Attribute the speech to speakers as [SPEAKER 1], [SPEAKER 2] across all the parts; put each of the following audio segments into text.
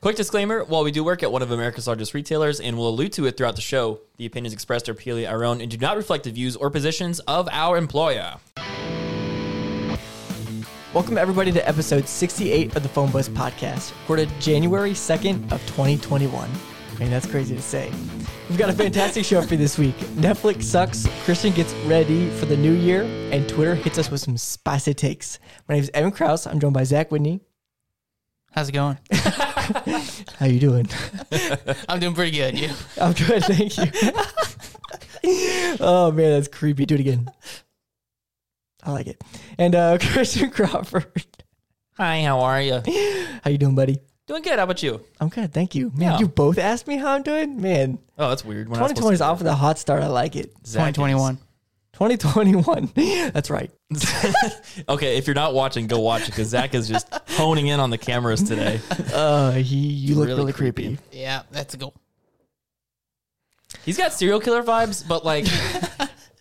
[SPEAKER 1] Quick disclaimer while we do work at one of America's largest retailers and will allude to it throughout the show, the opinions expressed are purely our own and do not reflect the views or positions of our employer.
[SPEAKER 2] Welcome everybody to episode 68 of the Phone Buzz podcast, recorded January 2nd of 2021. I mean, that's crazy to say. We've got a fantastic show for you this week. Netflix sucks, Christian gets ready for the new year, and Twitter hits us with some spicy takes. My name is Evan Kraus. I'm joined by Zach Whitney.
[SPEAKER 3] How's it going?
[SPEAKER 2] How you doing?
[SPEAKER 3] I'm doing pretty good. You?
[SPEAKER 2] I'm good, thank you. oh man, that's creepy. Do it again. I like it. And uh, Christian Crawford.
[SPEAKER 1] Hi, how are you?
[SPEAKER 2] How you doing, buddy?
[SPEAKER 1] Doing good. How about you?
[SPEAKER 2] I'm good, thank you. Man,
[SPEAKER 1] Yeah.
[SPEAKER 2] you both asked me how I'm doing? Man,
[SPEAKER 1] Oh, that's weird. We're not supposed
[SPEAKER 2] 2020 is off with a hot start. I like it.
[SPEAKER 1] to- Zach is-
[SPEAKER 3] 2021.
[SPEAKER 2] 2021. That's right.
[SPEAKER 1] okay, if you're not watching, go watch it because Zach is just honing in on the cameras today.
[SPEAKER 2] Uh, he, you look
[SPEAKER 1] really
[SPEAKER 2] really, creepy.
[SPEAKER 3] Yeah, that's a goal.
[SPEAKER 1] He's got serial killer vibes, but like,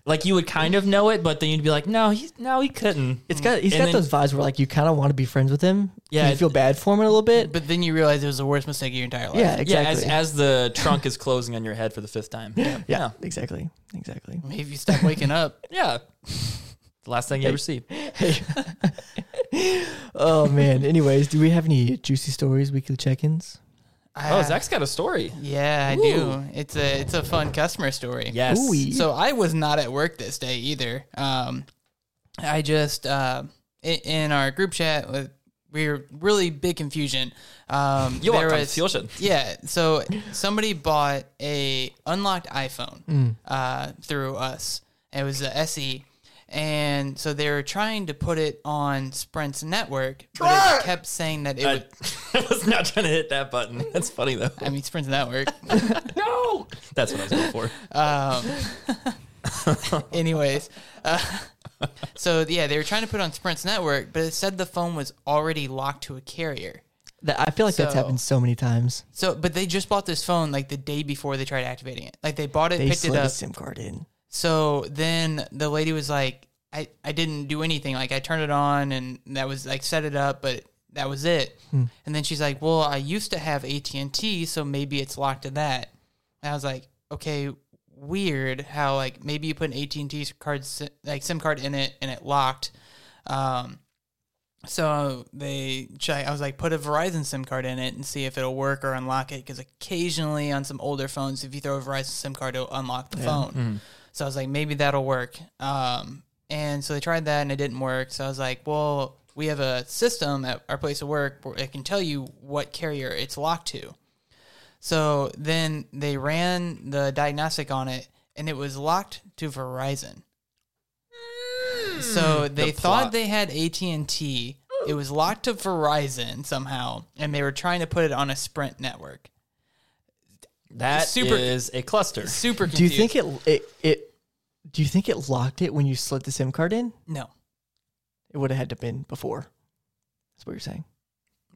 [SPEAKER 1] like you would kind of know it, but then you'd be like, no, he's no, he couldn't.
[SPEAKER 2] It's got he's
[SPEAKER 1] And
[SPEAKER 2] got
[SPEAKER 1] then-
[SPEAKER 2] those vibes where like you kind of want to be friends with him.
[SPEAKER 1] Yeah,
[SPEAKER 2] you feel bad for him a little bit.
[SPEAKER 3] But then you realize it was the worst mistake of your entire life.
[SPEAKER 2] yeah,
[SPEAKER 1] Yeah, as,
[SPEAKER 2] exactly.
[SPEAKER 1] as the trunk is closing on your head for the fifth time. Yeah,
[SPEAKER 2] yeah, Mm.
[SPEAKER 1] yeah.
[SPEAKER 2] exactly, exactly.
[SPEAKER 3] Maybe if you stop waking up.
[SPEAKER 1] yeah. The last thing you ever see.
[SPEAKER 2] Oh man. Anyways, do we have any juicy stories, weekly check-ins?
[SPEAKER 3] I,
[SPEAKER 1] Oh, Zach's got a story.
[SPEAKER 3] Yeah, I do. It's a it's a fun customer story.
[SPEAKER 1] Yes.
[SPEAKER 2] Ooh-wee.
[SPEAKER 3] So I was not at work this day either. Um, I just uh, i- in our group chat with we were really big confusion. Um,
[SPEAKER 1] You
[SPEAKER 3] there
[SPEAKER 1] are
[SPEAKER 3] was-
[SPEAKER 1] confusion.
[SPEAKER 3] Yeah, so somebody bought a unlocked iPhone
[SPEAKER 2] Mm.
[SPEAKER 3] uh, through us. It was the SE, and so they were trying to put it on Sprint's network, but it kept saying that it.
[SPEAKER 1] I,
[SPEAKER 3] would,
[SPEAKER 1] I was not trying to hit that button. That's funny though.
[SPEAKER 3] I mean, Sprint's network.
[SPEAKER 1] No, that's what I was going for.
[SPEAKER 3] Um, anyways, uh, so yeah, they were trying to put it on Sprint's network, but it said the phone was already locked to a carrier.
[SPEAKER 2] That I feel like that's
[SPEAKER 3] So-
[SPEAKER 2] happened so many times.
[SPEAKER 3] So, but they just bought this phone like the day before they tried activating it. Like they bought it,
[SPEAKER 2] They
[SPEAKER 3] picked it
[SPEAKER 2] slid a
[SPEAKER 3] up.
[SPEAKER 2] SIM card in.
[SPEAKER 3] So then the lady was like, I, I didn't do anything. Like I turned it on and that was like set it up, but that was it. And then she's like, well, I used to have AT&T, so maybe it's locked to that. And I was like, okay, weird how like maybe you put an AT&T card, si- like SIM card in it and it locked. Um, so they, ch- I was like, put a Verizon SIM card in it and see if it'll work or unlock it. Because occasionally on some older phones, if you throw a Verizon SIM card, it'll unlock the phone. So I was like, maybe that'll work. Um, and so they tried that and it didn't work. So I was like, well, we have a system at our place of work where it can tell you what carrier it's locked to. So then they ran the diagnostic on it and it was locked to Verizon. So
[SPEAKER 1] The
[SPEAKER 3] they thought
[SPEAKER 1] plot.
[SPEAKER 3] they had AT&T. It was locked to Verizon somehow and they were trying to put it on a Sprint network.
[SPEAKER 1] That is
[SPEAKER 3] Super-
[SPEAKER 1] a cluster.
[SPEAKER 3] Super confused.
[SPEAKER 2] Do you think it it it? Do you think it locked it when you slid the SIM card in?
[SPEAKER 3] No.
[SPEAKER 2] It would have had to been before. That's what you're saying.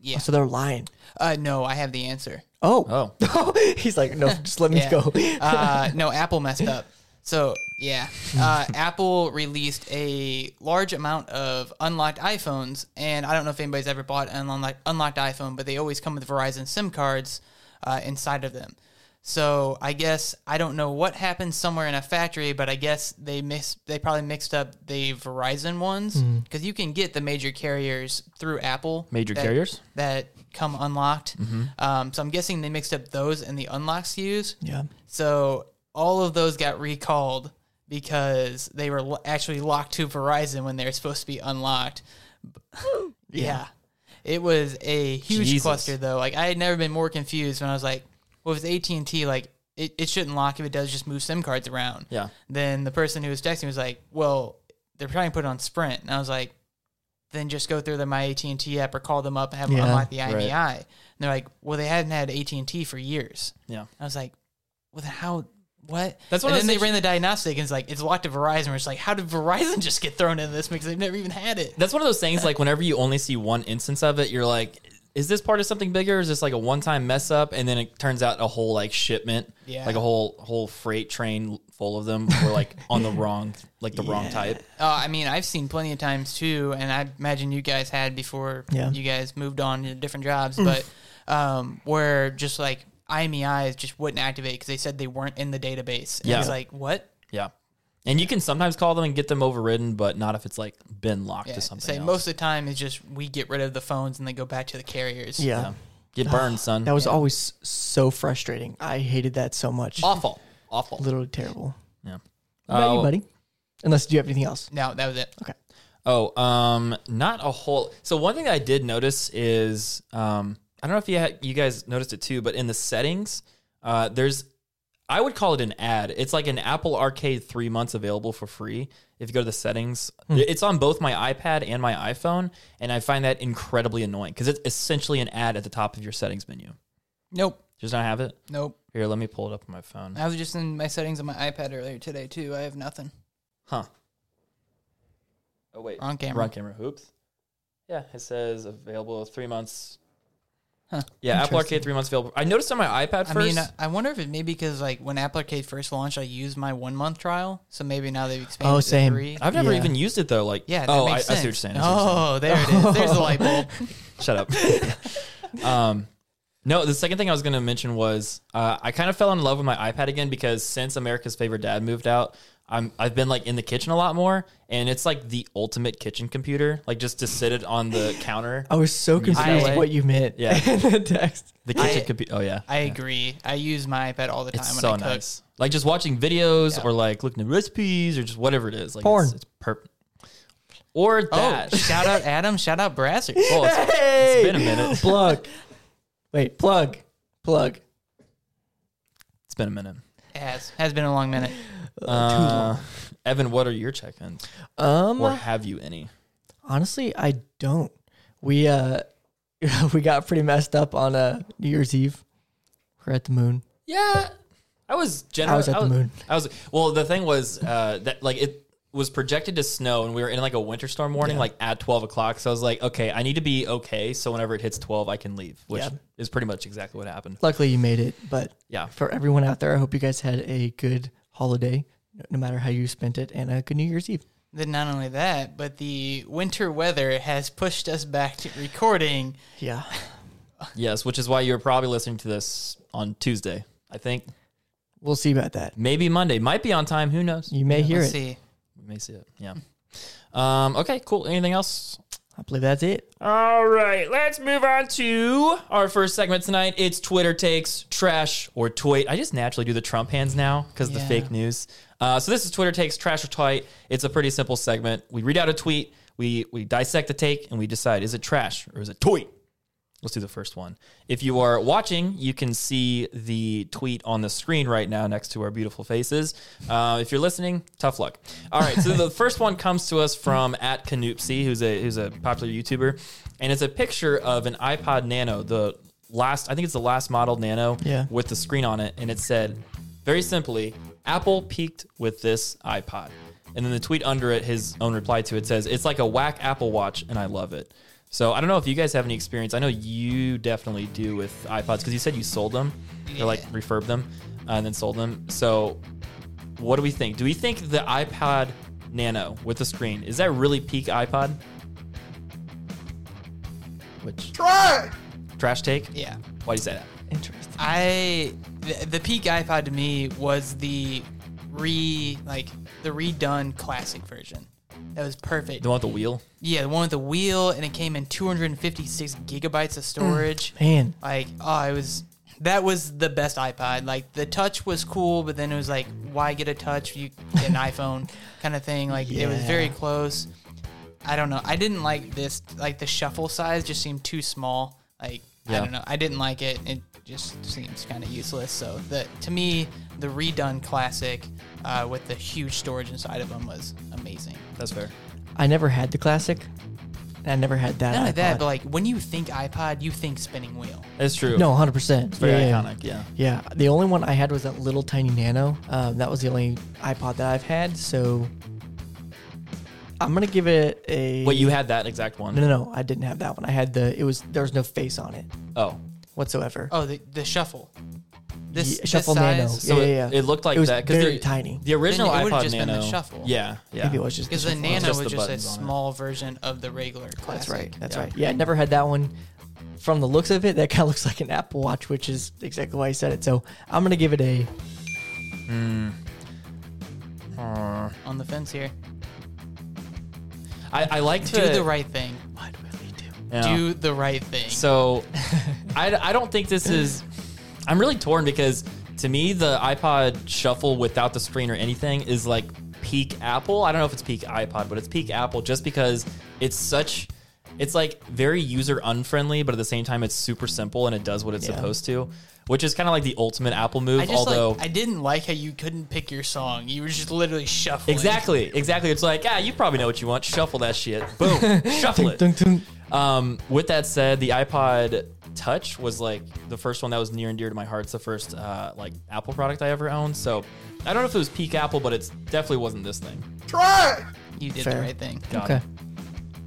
[SPEAKER 3] Yeah.
[SPEAKER 2] So they're lying.
[SPEAKER 3] Uh, no, I have the answer.
[SPEAKER 2] Oh.
[SPEAKER 1] Oh,
[SPEAKER 2] He's like, no, just let me
[SPEAKER 3] Yeah.
[SPEAKER 2] go.
[SPEAKER 3] uh, no, Apple messed up. So yeah, uh, Apple released a large amount of unlocked iPhones, and I don't know if anybody's ever bought an unlocked, unlocked iPhone, but they always come with Verizon SIM cards uh, inside of them. So I guess I don't know what happened somewhere in a factory, but I guess they mix they probably mixed up the Verizon ones because you can get the major carriers through Apple.
[SPEAKER 1] Hmm. Major
[SPEAKER 3] that-
[SPEAKER 1] carriers? Mm-hmm.
[SPEAKER 3] that come unlocked. Um, so I'm guessing they mixed up those and the unlocked SKUs.
[SPEAKER 2] yeah.
[SPEAKER 3] So all of those got recalled because they were lo- actually locked to Verizon when they were supposed to be unlocked. yeah. It was a huge
[SPEAKER 1] Jesus.
[SPEAKER 3] cluster though. Like I had never been more confused when I was like, well, if it's AT&T, like it, it shouldn't lock if it does just move SIM cards around.
[SPEAKER 1] yeah.
[SPEAKER 3] Then the person who was texting me was like, well, they're trying to put it on Sprint. And I was like, then just go through the My AT&T app or call them up and have them
[SPEAKER 2] Yeah,
[SPEAKER 3] unlock the IMEI. And they're like, well, they hadn't had AT&T for years.
[SPEAKER 1] Yeah.
[SPEAKER 3] I was like, well, then how? What?
[SPEAKER 1] That's one
[SPEAKER 3] and
[SPEAKER 1] of those
[SPEAKER 3] then they
[SPEAKER 1] things-
[SPEAKER 3] ran the diagnostic, and it's like it's locked to Verizon. We're just like, how did Verizon just get thrown into this? Because they've never even had it.
[SPEAKER 1] That's one of those things like whenever you only see one instance of it, you're like, is this part of something bigger? Is this like a one time mess up? And then it turns out a whole like shipment,
[SPEAKER 3] Yeah.
[SPEAKER 1] like a whole whole freight train full of them were like on the wrong like the wrong type.
[SPEAKER 3] Uh, I mean, I've seen plenty of times too, and I imagine you guys had before
[SPEAKER 2] Yeah.
[SPEAKER 1] Mm.
[SPEAKER 3] you guys moved on to different jobs. But um, where just like IMEIs just wouldn't activate because they said they weren't in the database. And
[SPEAKER 1] Yeah.
[SPEAKER 3] it's like what?
[SPEAKER 1] Yeah. And you can sometimes call them and get them overridden, but not if it's like been locked
[SPEAKER 3] Yeah,
[SPEAKER 1] to something.
[SPEAKER 3] say
[SPEAKER 1] else.
[SPEAKER 3] most of the time is just we get rid of the phones and they go back to the carriers.
[SPEAKER 2] Yeah.
[SPEAKER 1] Yeah. Get burned, son.
[SPEAKER 2] That was always so frustrating. I hated that so much.
[SPEAKER 1] awful. Awful.
[SPEAKER 2] Literally terrible.
[SPEAKER 1] Yeah.
[SPEAKER 2] What about
[SPEAKER 1] Oh.
[SPEAKER 2] you, buddy? Unless do you have anything else?
[SPEAKER 3] No, that was it.
[SPEAKER 2] Okay.
[SPEAKER 1] Oh, um, not a whole. So one thing I did notice is, um, I don't know if you had, you guys noticed it too, but in the settings, uh, there's, I would call it an ad. It's like an Apple Arcade three months available for free. If you go to the settings,
[SPEAKER 2] Hmm.
[SPEAKER 1] it's on both my iPad and my iPhone, and I find that incredibly annoying because it's essentially an ad at the top of your settings menu.
[SPEAKER 3] Nope.
[SPEAKER 1] Just not have it
[SPEAKER 3] Nope.
[SPEAKER 1] here. Let me pull it up on my
[SPEAKER 2] Uh,
[SPEAKER 1] phone.
[SPEAKER 3] I was just in my settings on my iPad earlier today too. I have nothing.
[SPEAKER 1] Huh. Oh wait,
[SPEAKER 3] Wrong camera.
[SPEAKER 1] Run camera. Oops. Yeah, it says available three months.
[SPEAKER 3] Huh.
[SPEAKER 1] Yeah, Apple
[SPEAKER 2] Interesting.
[SPEAKER 1] Arcade three months available. I noticed on my iPad first.
[SPEAKER 3] I mean, uh, I wonder if it maybe because like when Apple Arcade first launched, I used my one month trial, so maybe now they've expanded
[SPEAKER 2] Oh, same.
[SPEAKER 3] to three.
[SPEAKER 1] have never
[SPEAKER 2] yeah.
[SPEAKER 1] even used it though. Like,
[SPEAKER 3] yeah, that
[SPEAKER 1] oh,
[SPEAKER 3] makes
[SPEAKER 1] I, I see
[SPEAKER 3] sense.
[SPEAKER 1] what you're saying. I see what you're saying.
[SPEAKER 3] Oh, there it is. There's the light bulb.
[SPEAKER 1] Shut up.
[SPEAKER 3] Oh.
[SPEAKER 1] um, no, the second thing I was going to mention was uh, I kind of fell in love with my iPad again because since America's favorite dad moved out, I'm I've been like in the kitchen a lot more, and it's like the ultimate kitchen computer. Like just to sit it on the counter,
[SPEAKER 2] I was so confused
[SPEAKER 1] way?
[SPEAKER 2] what you meant.
[SPEAKER 1] Yeah.
[SPEAKER 2] in the text.
[SPEAKER 1] the kitchen
[SPEAKER 3] I-
[SPEAKER 1] computer. Oh yeah,
[SPEAKER 3] I agree. I use my iPad all the time
[SPEAKER 1] It's
[SPEAKER 3] when
[SPEAKER 1] so
[SPEAKER 3] I cook.
[SPEAKER 1] nice. Like just watching videos
[SPEAKER 3] Yeah.
[SPEAKER 1] or like looking at recipes or just whatever it is. Like
[SPEAKER 2] Porn.
[SPEAKER 1] It's, it's perfect. Or
[SPEAKER 3] Oh,
[SPEAKER 1] that.
[SPEAKER 3] shout out Adam. Shout out Brasser.
[SPEAKER 1] Well, it's-
[SPEAKER 2] Hey,
[SPEAKER 1] been a minute.
[SPEAKER 2] Plug. Wait, plug, plug.
[SPEAKER 1] it's been a minute.
[SPEAKER 3] It has has been a long minute.
[SPEAKER 1] Uh, Evan, what are your check-ins,
[SPEAKER 2] Um,
[SPEAKER 1] or have you any?
[SPEAKER 2] honestly, I don't. We uh, we got pretty messed up on uh, New Year's Eve. We're at the moon.
[SPEAKER 1] Yeah, I was generous.
[SPEAKER 2] I was at the moon.
[SPEAKER 1] I was well. The thing was uh, that like it was projected to snow, and we were in like a winter storm warning, like at twelve o'clock. So I was like, okay, I need to be okay, so whenever it hits twelve, I can leave, which
[SPEAKER 2] Yeah.
[SPEAKER 1] is pretty much exactly what happened.
[SPEAKER 2] Luckily, you made it. But
[SPEAKER 1] Yeah.
[SPEAKER 2] for everyone out there, I hope you guys had a good holiday, no matter how you spent it, and a good New Year's Eve.
[SPEAKER 3] Then not only that, but the winter weather has pushed us back to recording.
[SPEAKER 2] Yeah,
[SPEAKER 1] Yes, which is why you're probably listening to this on Tuesday. I think
[SPEAKER 2] we'll see about that.
[SPEAKER 1] maybe Monday might be on time. Who knows?
[SPEAKER 2] You may hear
[SPEAKER 3] Let's
[SPEAKER 2] it.
[SPEAKER 3] see.
[SPEAKER 1] We may see it. Yeah. Um, okay. Cool. Anything else?
[SPEAKER 2] I believe that's it.
[SPEAKER 1] All right. Let's move on to our first segment tonight. It's Twitter takes trash or tweet. I just naturally do the Trump hands now because the
[SPEAKER 3] Yeah.
[SPEAKER 1] fake news. Uh, so this is Twitter takes trash or tweet. It's a pretty simple segment. We read out a tweet. We we dissect the take and we decide is it trash or is it tweet. Let's do the first one. If you are watching, you can see the tweet on the screen right now next to our beautiful faces. Uh, if you're listening, tough luck. All right, so the first one comes to us from at Canoopsy, who's a who's a popular YouTuber, and it's a picture of an iPod Nano, the last I think it's the last model Nano,
[SPEAKER 2] Yeah.
[SPEAKER 1] with the screen on it, and it said very simply, "Apple peaked with this iPod." And then the tweet under it, his own reply to it says, "It's like a whack Apple Watch, and I love it." So I don't know if you guys have any experience. I know you definitely do with iPods because you said you sold them or like refurb them uh, and then sold them. So what do we think? Do we think the iPod Nano with the screen is that really peak iPod? Which
[SPEAKER 3] Try.
[SPEAKER 1] trash take?
[SPEAKER 3] Yeah.
[SPEAKER 1] Why do you say that?
[SPEAKER 2] Interesting.
[SPEAKER 3] I the, the peak iPod to me was the re like the redone classic version. That was perfect.
[SPEAKER 1] The one with the wheel?
[SPEAKER 3] yeah, the one with the wheel, and it came in 256 gigabytes of storage.
[SPEAKER 2] Man,
[SPEAKER 3] Like, oh, it was that was the best iPod. Like the touch was cool, but then it was like, why get a touch? You get an iPhone kind of thing. Like it was
[SPEAKER 2] Yeah.
[SPEAKER 3] very close. I don't know. I didn't like this. Like the shuffle size just seemed too small. Like
[SPEAKER 1] Yeah.
[SPEAKER 3] I don't know. I didn't like it. It just seems kind of useless. So the to me the redone classic uh, with the huge storage inside of them was amazing.
[SPEAKER 1] That's fair.
[SPEAKER 2] I never had the classic. and I never had that.
[SPEAKER 3] Not like that,
[SPEAKER 2] iPod.
[SPEAKER 3] but like when you think iPod, you think spinning wheel.
[SPEAKER 1] That's true.
[SPEAKER 2] no, hundred percent.
[SPEAKER 1] it's very iconic. Yeah.
[SPEAKER 2] Yeah, the only one I had was that little tiny Nano. Um, that was the only iPod that I've had. So I'm gonna give it a.
[SPEAKER 1] Wait, you had that exact
[SPEAKER 2] No,
[SPEAKER 1] one?
[SPEAKER 2] no, no. I didn't have that one. I had the. It was there was no face on it
[SPEAKER 1] Oh,
[SPEAKER 2] whatsoever.
[SPEAKER 3] Oh, the, the shuffle.
[SPEAKER 2] Yeah, shuffle nano.
[SPEAKER 1] so
[SPEAKER 2] Yeah,
[SPEAKER 1] it,
[SPEAKER 2] yeah, yeah.
[SPEAKER 1] it looked like
[SPEAKER 2] It was
[SPEAKER 1] that
[SPEAKER 2] very
[SPEAKER 1] the-
[SPEAKER 2] tiny.
[SPEAKER 1] The original
[SPEAKER 3] Then it would've
[SPEAKER 1] iPod
[SPEAKER 3] just been
[SPEAKER 1] Nano.
[SPEAKER 3] the shuffle.
[SPEAKER 1] Yeah, yeah.
[SPEAKER 2] Maybe it was just
[SPEAKER 3] Because the
[SPEAKER 2] shuffle.
[SPEAKER 3] Nano
[SPEAKER 1] Just
[SPEAKER 3] was
[SPEAKER 1] the
[SPEAKER 3] just a
[SPEAKER 1] buttons on it.
[SPEAKER 3] small version of the regular classic.
[SPEAKER 2] That's right. That's
[SPEAKER 1] Yeah.
[SPEAKER 2] right. Yeah, I never had that one. from the looks of it, that kind of looks like an Apple Watch, which is exactly why I said it. So I'm gonna give it a
[SPEAKER 3] on the fence here.
[SPEAKER 1] I, I like to
[SPEAKER 3] Do the right thing.
[SPEAKER 2] why do I lead to?
[SPEAKER 1] Yeah.
[SPEAKER 3] Do the right thing.
[SPEAKER 1] So I, I don't think this is. I'm really torn because to me, the iPod Shuffle without the screen or anything is like peak Apple. I don't know if it's peak iPod, but it's peak Apple just because it's such. It's like very user unfriendly, but at the same time, it's super simple and it does what it's
[SPEAKER 2] Yeah.
[SPEAKER 1] supposed to, which is kind of like the ultimate Apple move.
[SPEAKER 3] I just
[SPEAKER 1] although.
[SPEAKER 3] like I didn't like how you couldn't pick your song. You were just literally shuffling.
[SPEAKER 1] Exactly, exactly. It's like, ah, you probably know what you want. Shuffle that shit. Boom, shuffle it.
[SPEAKER 2] Dun, dun.
[SPEAKER 1] Um, with that said, the iPod Touch was like the first one that was near and dear to my heart. It's the first uh, like Apple product I ever owned. So I don't know if it was peak Apple, but it's definitely wasn't this thing.
[SPEAKER 3] You did
[SPEAKER 2] Fair.
[SPEAKER 3] the right thing.
[SPEAKER 1] Got
[SPEAKER 2] Okay.
[SPEAKER 1] it.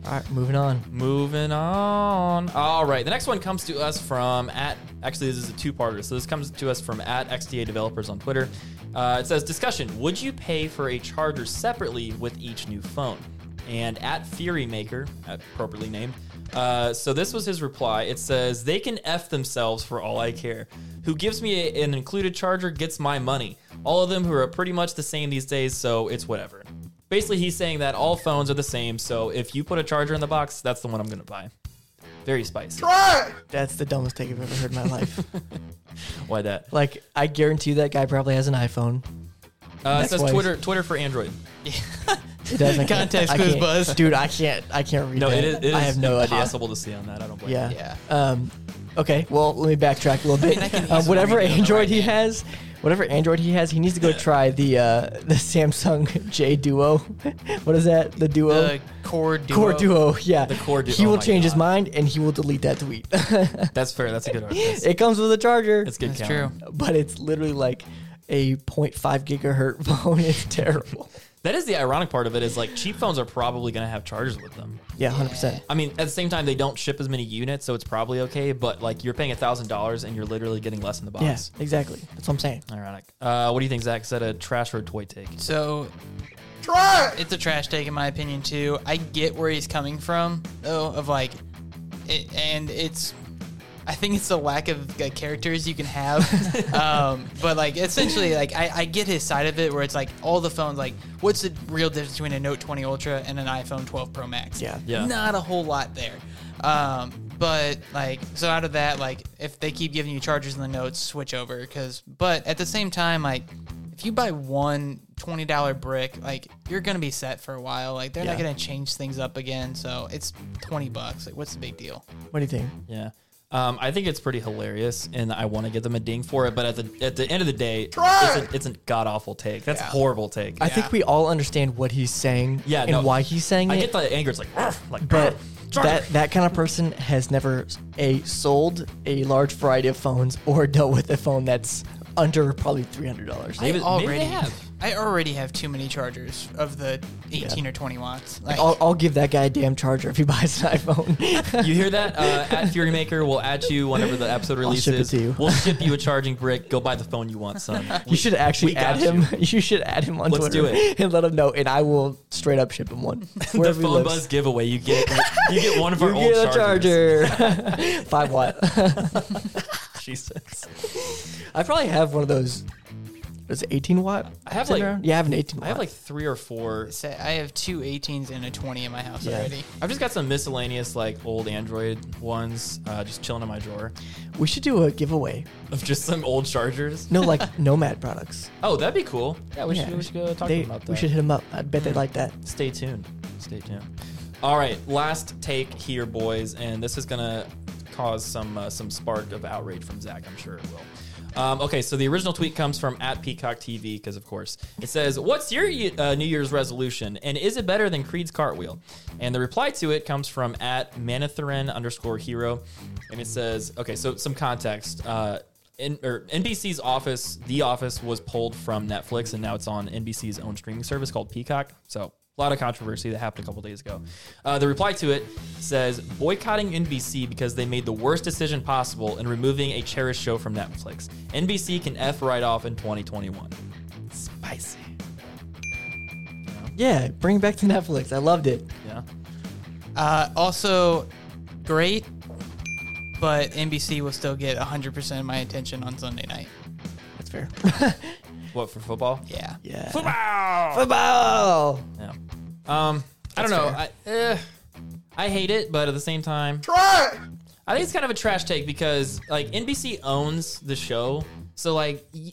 [SPEAKER 2] All right, moving on.
[SPEAKER 1] Moving on. All right, the next one comes to us from at. Actually, this is a two-parter. So this comes to us from at XDA Developers on Twitter. Uh, it says discussion: Would you pay for a charger separately with each new phone? And at Fury Maker, appropriately named. Uh, so this was his reply. It says they can f themselves for all I care. Who gives me a- an included charger gets my money. All of them who are pretty much the same these days, so it's whatever. Basically, he's saying that all phones are the same. So if you put a charger in the box, that's the one I'm gonna buy. Very spicy.
[SPEAKER 2] That's the dumbest take I've ever heard in my life.
[SPEAKER 1] Why that?
[SPEAKER 2] like, I guarantee you that guy probably has an iPhone.
[SPEAKER 1] Uh, it
[SPEAKER 2] That's
[SPEAKER 1] says
[SPEAKER 2] why-
[SPEAKER 1] Twitter. Twitter for Android.
[SPEAKER 2] It does. I can't-
[SPEAKER 3] Context
[SPEAKER 2] I
[SPEAKER 3] clues,
[SPEAKER 2] can't-
[SPEAKER 3] Buzz.
[SPEAKER 2] Dude, I can't. I can't read.
[SPEAKER 1] No,
[SPEAKER 2] that.
[SPEAKER 1] it is. It is
[SPEAKER 2] I have no idea.
[SPEAKER 1] impossible to see on that. I don't blame.
[SPEAKER 2] Yeah.
[SPEAKER 1] You.
[SPEAKER 3] Yeah.
[SPEAKER 2] Um, okay. Well, let me backtrack a little bit.
[SPEAKER 3] I can
[SPEAKER 2] um,
[SPEAKER 3] easily
[SPEAKER 2] whatever
[SPEAKER 3] read it on the
[SPEAKER 2] Android
[SPEAKER 3] right
[SPEAKER 2] he
[SPEAKER 3] hand.
[SPEAKER 2] has, whatever Android he has, he needs to go try the uh, the Samsung J Duo. what is that? The Duo.
[SPEAKER 3] The core duo.
[SPEAKER 2] Core Duo, yeah. The
[SPEAKER 1] Core Duo,
[SPEAKER 2] He
[SPEAKER 1] oh
[SPEAKER 2] will
[SPEAKER 1] my
[SPEAKER 2] change his
[SPEAKER 1] God.
[SPEAKER 2] mind and he will delete that tweet.
[SPEAKER 1] That's fair. That's a good. That's,
[SPEAKER 2] it comes with a charger,
[SPEAKER 1] that's good.
[SPEAKER 3] That's
[SPEAKER 1] count.
[SPEAKER 3] true.
[SPEAKER 2] but it's literally like a 0.5 gigahertz phone. It's terrible.
[SPEAKER 1] That is the ironic part of it. Is like cheap phones are probably gonna have chargers with them.
[SPEAKER 2] Yeah, 100%.
[SPEAKER 1] I mean, at the same time, they don't ship as many units, so it's probably okay. But like, you're paying thousand dollars and you're literally getting less in the
[SPEAKER 2] Yeah,
[SPEAKER 1] box.
[SPEAKER 2] exactly. That's what I'm saying.
[SPEAKER 1] Ironic. Uh, what do you think, Zach? Is that a trash or a toy take?
[SPEAKER 3] So it's a trash take in my opinion too. I get where he's coming from though, of like, it, and it's. I think it's the lack of like, characters you can have, um, but like essentially, like I, I get his side of it where it's like all the phones. Like, what's the real difference between a Note 20 Ultra and an iPhone 12 Pro Max?
[SPEAKER 2] Yeah.
[SPEAKER 1] Yeah.
[SPEAKER 3] not a whole lot there. Um, but like, so out of that, like, if they keep giving you chargers in the notes, switch over. Because, but at the same time, like, if you buy one $20 brick, like, you're going to be set for a while. Like, they're not
[SPEAKER 2] Yeah.
[SPEAKER 3] going to change things up again. So it's 20 bucks. Like, what's the big deal?
[SPEAKER 2] What do you think?
[SPEAKER 1] Yeah. Um, I think it's pretty hilarious, and I want to give them a ding for it. But at the at the end of the day, it's a, it's a god awful take. That's a
[SPEAKER 3] Yeah.
[SPEAKER 1] horrible take.
[SPEAKER 2] I
[SPEAKER 1] I,
[SPEAKER 2] think we all understand what he's saying
[SPEAKER 1] Yeah,
[SPEAKER 2] and
[SPEAKER 1] no.
[SPEAKER 2] why he's saying it.
[SPEAKER 1] get the anger. It's like, "Arf," like
[SPEAKER 2] but
[SPEAKER 1] "Arf, charger."
[SPEAKER 2] that that kind of person has never a sold a large variety of phones or dealt with a phone that's under probably three hundred dollars.
[SPEAKER 1] Maybe- maybe they have.
[SPEAKER 3] I already have too many chargers of the 18 or 20 watts. Like,
[SPEAKER 2] I'll, I'll give that guy a damn charger if he buys an iPhone.
[SPEAKER 1] you hear that? Uh, at Fury Maker, we'll add you whenever the episode
[SPEAKER 2] I'll ship it
[SPEAKER 1] releases.
[SPEAKER 2] to you.
[SPEAKER 1] We'll ship you a charging brick. Go buy the phone you want, son.
[SPEAKER 2] you should actually
[SPEAKER 1] we got
[SPEAKER 2] add him. You. should add him on
[SPEAKER 1] Let's
[SPEAKER 2] Twitter
[SPEAKER 1] do it.
[SPEAKER 2] and let him know, and I will straight up ship him one
[SPEAKER 1] the
[SPEAKER 2] wherever he
[SPEAKER 1] phone
[SPEAKER 2] lives.
[SPEAKER 1] buzz giveaway. You get you get one of our
[SPEAKER 2] You
[SPEAKER 1] old
[SPEAKER 2] get a
[SPEAKER 1] chargers.
[SPEAKER 2] charger, five watt.
[SPEAKER 1] Jesus.
[SPEAKER 2] I probably have one of those. Is it eighteen watt?
[SPEAKER 1] I have,
[SPEAKER 2] sitting
[SPEAKER 1] like-
[SPEAKER 2] around? yeah, I have an eighteen.
[SPEAKER 1] I have
[SPEAKER 2] watt.
[SPEAKER 1] like three or four.
[SPEAKER 3] say I have two 18s and a 20 in my house
[SPEAKER 2] Yeah.
[SPEAKER 3] already.
[SPEAKER 1] I've just got some miscellaneous like old Android ones, uh, just chilling in my drawer
[SPEAKER 2] we should do a giveaway.
[SPEAKER 1] of just some old chargers.
[SPEAKER 2] No, like Nomad products.
[SPEAKER 1] Oh, that'd be cool. Yeah, we
[SPEAKER 2] Yeah.
[SPEAKER 1] should we should go talk
[SPEAKER 2] They-
[SPEAKER 1] about that. Mm.
[SPEAKER 2] We should hit him up. I bet they like that.
[SPEAKER 1] Stay tuned. Stay tuned. All right, last take here, boys, and this is gonna cause some uh, some spark of outrage from Zach. I'm sure it will. Um, okay, so the original tweet comes from at Peacock TV because, of course, it says, "What's your uh, New Year's resolution, and is it better than Creed's cartwheel?" And the reply to it comes from at Manitheren underscore hero, and it says, "Okay, so some context." Uh, N- or NBC's office, The Office, was pulled from Netflix, and now it's on NBC's own streaming service called Peacock. So a lot of controversy that happened a couple days ago. Uh, the reply to it says boycotting NBC because they made the worst decision possible in removing a cherished show from Netflix. NBC can f right off in 2021. Spicy.
[SPEAKER 2] Yeah, bring back to Netflix. I loved it.
[SPEAKER 1] Yeah.
[SPEAKER 3] Uh, also, great but NBC will still get 100% of my attention on Sunday night.
[SPEAKER 2] That's fair.
[SPEAKER 1] What for football?
[SPEAKER 3] Yeah.
[SPEAKER 2] yeah.
[SPEAKER 1] Football.
[SPEAKER 2] Football.
[SPEAKER 1] Yeah. Um, I don't know. I, eh, I hate it, but at the same time, I think it's kind of a trash take because like NBC owns the show, so like y-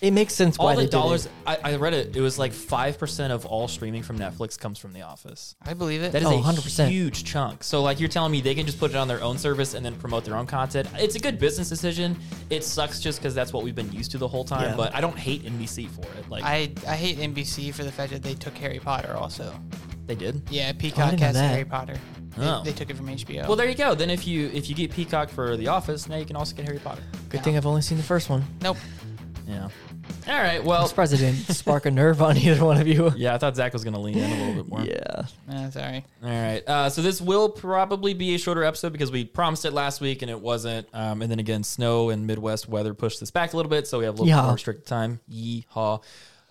[SPEAKER 2] It makes sense
[SPEAKER 1] all
[SPEAKER 2] why they
[SPEAKER 1] the
[SPEAKER 2] did it.
[SPEAKER 1] dollars. I, I read it. It was like five percent of all streaming from Netflix comes from The Office.
[SPEAKER 3] I believe it.
[SPEAKER 1] That is
[SPEAKER 2] Oh,
[SPEAKER 1] a
[SPEAKER 2] 100%.
[SPEAKER 1] huge chunk. So like you're telling me they can just put it on their own service and then promote their own content. It's a good business decision. It sucks just because that's what we've been used to the whole time.
[SPEAKER 2] Yeah.
[SPEAKER 1] But I don't hate NBC for it. Like
[SPEAKER 3] I, I hate NBC for the fact that they took Harry Potter also.
[SPEAKER 1] they did.
[SPEAKER 3] Yeah, Peacock
[SPEAKER 2] know
[SPEAKER 3] has
[SPEAKER 2] that.
[SPEAKER 3] Harry Potter. They,
[SPEAKER 1] Oh.
[SPEAKER 3] they took it from HBO.
[SPEAKER 1] Well, there you go. Then if you if you get Peacock for The Office, now you can also get Harry Potter.
[SPEAKER 2] Good thing I've only seen the first one.
[SPEAKER 3] nope.
[SPEAKER 1] Yeah. All right.
[SPEAKER 2] I'm
[SPEAKER 1] Well.
[SPEAKER 2] surprised I didn't spark a nerve on either one of you.
[SPEAKER 1] Yeah, I thought Zach was going to lean in a little bit more.
[SPEAKER 2] Yeah.
[SPEAKER 3] Uh, sorry.
[SPEAKER 1] All right. Uh, so this will probably be a shorter episode because we promised it last week and it wasn't. Um, and then again, snow and Midwest weather pushed this back a little bit, so we have a little
[SPEAKER 2] Yeehaw.
[SPEAKER 1] more restricted time. Yeehaw.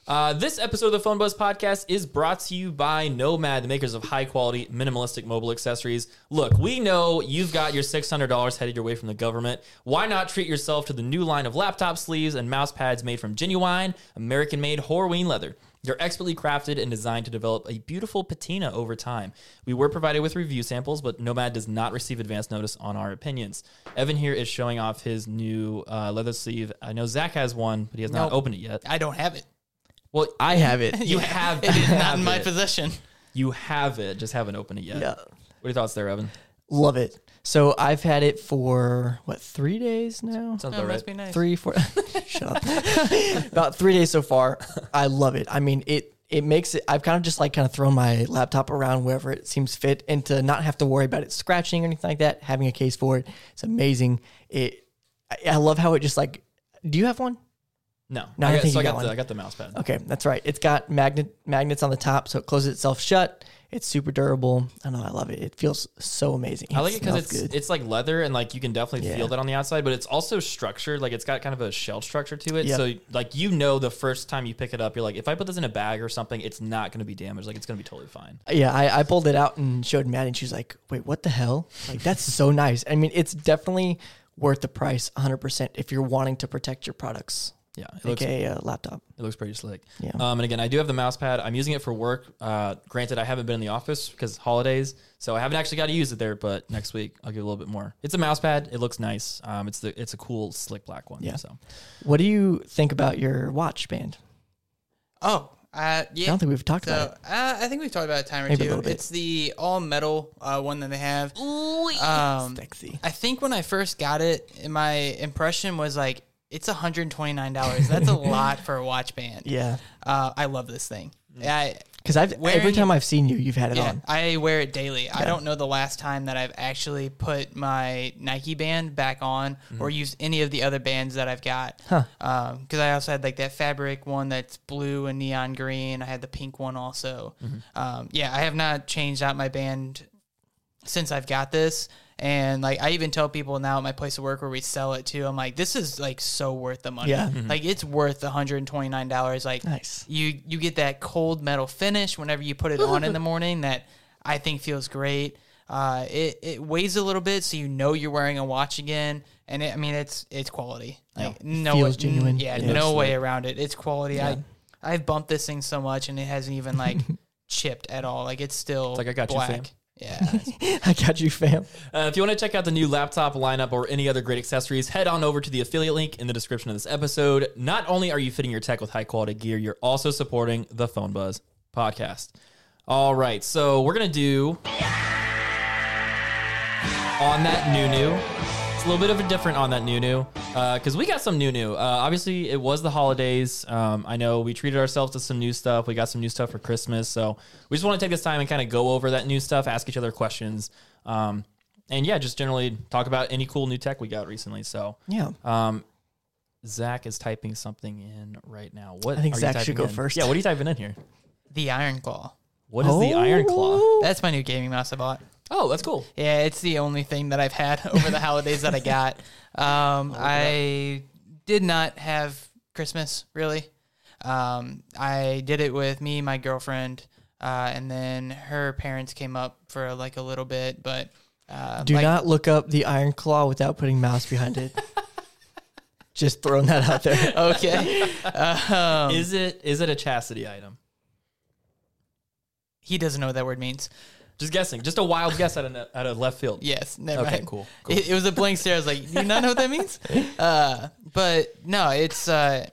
[SPEAKER 1] Uh, this episode of the Phone Buzz podcast is brought to you by Nomad, the makers of high quality, minimalistic mobile accessories. Look, we know you've got your $600 headed your way from the government. Why not treat yourself to the new line of laptop sleeves and mouse pads made from genuine, American made Horween leather? They're expertly crafted and designed to develop a beautiful patina over time. We were provided with review samples, but Nomad does not receive advance notice on our opinions. Evan here is showing off his new uh, leather sleeve. I know Zach has one, but he has not
[SPEAKER 3] Nope.
[SPEAKER 1] opened it yet.
[SPEAKER 3] I don't have it.
[SPEAKER 1] Well,
[SPEAKER 2] I have it.
[SPEAKER 1] you have
[SPEAKER 3] It is not
[SPEAKER 1] have
[SPEAKER 3] in my
[SPEAKER 1] it.
[SPEAKER 3] possession.
[SPEAKER 1] You have it, just haven't opened it yet.
[SPEAKER 2] Yeah.
[SPEAKER 1] What are your thoughts there, Evan?
[SPEAKER 2] Love it. So I've had it for what three days now?
[SPEAKER 1] Sounds
[SPEAKER 3] Oh,
[SPEAKER 1] about right.
[SPEAKER 3] must be nice.
[SPEAKER 2] Three, four. shut up. About three days so far. I love it. I mean, it it makes it. I've kind of just like kind of thrown my laptop around wherever it seems fit, and to not have to worry about it scratching or anything like that. Having a case for it, it's amazing. It. I, I love how it just like. Do you have one?
[SPEAKER 1] No,
[SPEAKER 2] No, I
[SPEAKER 1] I
[SPEAKER 2] don't
[SPEAKER 1] got,
[SPEAKER 2] think
[SPEAKER 1] so
[SPEAKER 2] you
[SPEAKER 1] I
[SPEAKER 2] got
[SPEAKER 1] got,
[SPEAKER 2] one.
[SPEAKER 1] the, I got the mouse pad.
[SPEAKER 2] Okay, that's right. It's got magnet magnets on the top, so it closes itself shut. It's super durable. I know. I love it. It feels so amazing.
[SPEAKER 1] I like it because
[SPEAKER 2] smells
[SPEAKER 1] it's it's like leather and like you can definitely
[SPEAKER 2] Yeah.
[SPEAKER 1] feel that on the outside, but it's also structured. Like it's got kind of a shell structure to it.
[SPEAKER 2] Yep.
[SPEAKER 1] So like you know the first time you pick it up, you're like, if I put this in a bag or something, it's not going to be damaged. Like it's going to be totally fine.
[SPEAKER 2] Yeah, I, I pulled it out and showed Maddie, and she was like, "Wait, what the hell? Like, that's so nice." I mean, it's definitely worth the price, 100, percent if you're wanting to protect your products,
[SPEAKER 1] Yeah, it looks
[SPEAKER 2] aka a uh, laptop.
[SPEAKER 1] It looks pretty slick.
[SPEAKER 2] Yeah.
[SPEAKER 1] Um, and again, I do have the mouse pad. I'm using it for work. Uh, granted, I haven't been in the office because holidays, so I haven't actually got to use it there. But next week, I'll give a little bit more. It's a mouse pad. It looks nice. Um, it's the it's a cool slick black one.
[SPEAKER 2] Yeah.
[SPEAKER 1] So
[SPEAKER 2] What do you think about your watch band?
[SPEAKER 3] Oh, uh, yeah.
[SPEAKER 2] I don't think we've talked
[SPEAKER 3] so
[SPEAKER 2] about it.
[SPEAKER 3] uh, I think we've talked about it a time or
[SPEAKER 2] Maybe a
[SPEAKER 3] two.
[SPEAKER 2] little bit.
[SPEAKER 3] It's the all metal uh, one that they have. Um,
[SPEAKER 2] Sexy.
[SPEAKER 3] I think when I first got it, my impression was like it's $129. That's a lot for a watch band.
[SPEAKER 2] Yeah, Mm.
[SPEAKER 3] Uh, I love this thing. I
[SPEAKER 2] because I've every
[SPEAKER 3] Wearing-
[SPEAKER 2] time I've seen you, you've had it
[SPEAKER 3] yeah,
[SPEAKER 2] on.
[SPEAKER 3] I wear it daily. I don't know the last time that I've actually put my Nike band back on or used any of the other bands that I've got. Because I also had like that fabric one that's blue and neon green. I had the pink one also. Um, yeah, I have not changed out my band since I've got this. And like I even tell people now at my place of work where we sell it too, I'm like, this is like so worth the money.
[SPEAKER 2] Yeah.
[SPEAKER 3] Like it's worth $129. Like
[SPEAKER 2] Nice.
[SPEAKER 3] you you get that cold metal finish whenever you put it on in the morning that I think feels great. Uh, it it weighs a little bit, so you know you're wearing a watch again. And it, I mean, it's it's quality. Like no,
[SPEAKER 2] feels
[SPEAKER 3] mm,
[SPEAKER 2] genuine.
[SPEAKER 3] Yeah,
[SPEAKER 2] It
[SPEAKER 3] no way around it. It's quality. I I've bumped this thing so much, and it hasn't even like chipped at all. Like it's still
[SPEAKER 1] like, I got you,
[SPEAKER 3] black.
[SPEAKER 1] fam.
[SPEAKER 3] Yeah,
[SPEAKER 2] I got you, fam.
[SPEAKER 1] Uh, if you want to check out the new laptop lineup or any other great accessories, head on over to the affiliate link in the description of this episode. Not only are you fitting your tech with high quality gear, you're also supporting the Phone Buzz podcast. All right, so we're gonna do on that new new. It's a little bit of a different on that new new because we got some new new. Uh, obviously, it was the holidays. Um, I know we treated ourselves to some new stuff. We got some new stuff for Christmas, so we just want to take this time and kind of go over that new stuff, ask each other questions, um, and yeah, just generally talk about any cool new tech we got recently. So
[SPEAKER 2] Yeah.
[SPEAKER 1] um, Zach is typing something in right now. What
[SPEAKER 2] I think
[SPEAKER 1] are you
[SPEAKER 2] Zach
[SPEAKER 1] typing
[SPEAKER 2] should go
[SPEAKER 1] in?
[SPEAKER 2] first.
[SPEAKER 1] Yeah, what are you typing in here?
[SPEAKER 3] the Iron Claw.
[SPEAKER 1] What is
[SPEAKER 2] Oh.
[SPEAKER 1] the Iron Claw?
[SPEAKER 3] That's my new gaming mouse I bought.
[SPEAKER 1] Oh, that's cool.
[SPEAKER 3] Yeah, it's the only thing that I've had over the holidays that I got.
[SPEAKER 1] Oh,
[SPEAKER 3] Um, I did not have Christmas really. Um, I did it with me, my girlfriend, uh, and then her parents came up for like a little bit, but Uh,
[SPEAKER 2] Do
[SPEAKER 3] like-
[SPEAKER 2] not look up the Iron Claw without putting mouse behind it. Just throwing that out there.
[SPEAKER 3] Okay. um,
[SPEAKER 1] is it is it a chastity item?
[SPEAKER 3] he doesn't know what that word means.
[SPEAKER 1] Just guessing, just a wild guess out of ne- out of left field.
[SPEAKER 3] Yes. Never
[SPEAKER 1] Okay,
[SPEAKER 3] mind.
[SPEAKER 1] cool, cool.
[SPEAKER 3] It, it was a blank stare. I was like, "Do you not know what that means?" Uh, but no, it's uh,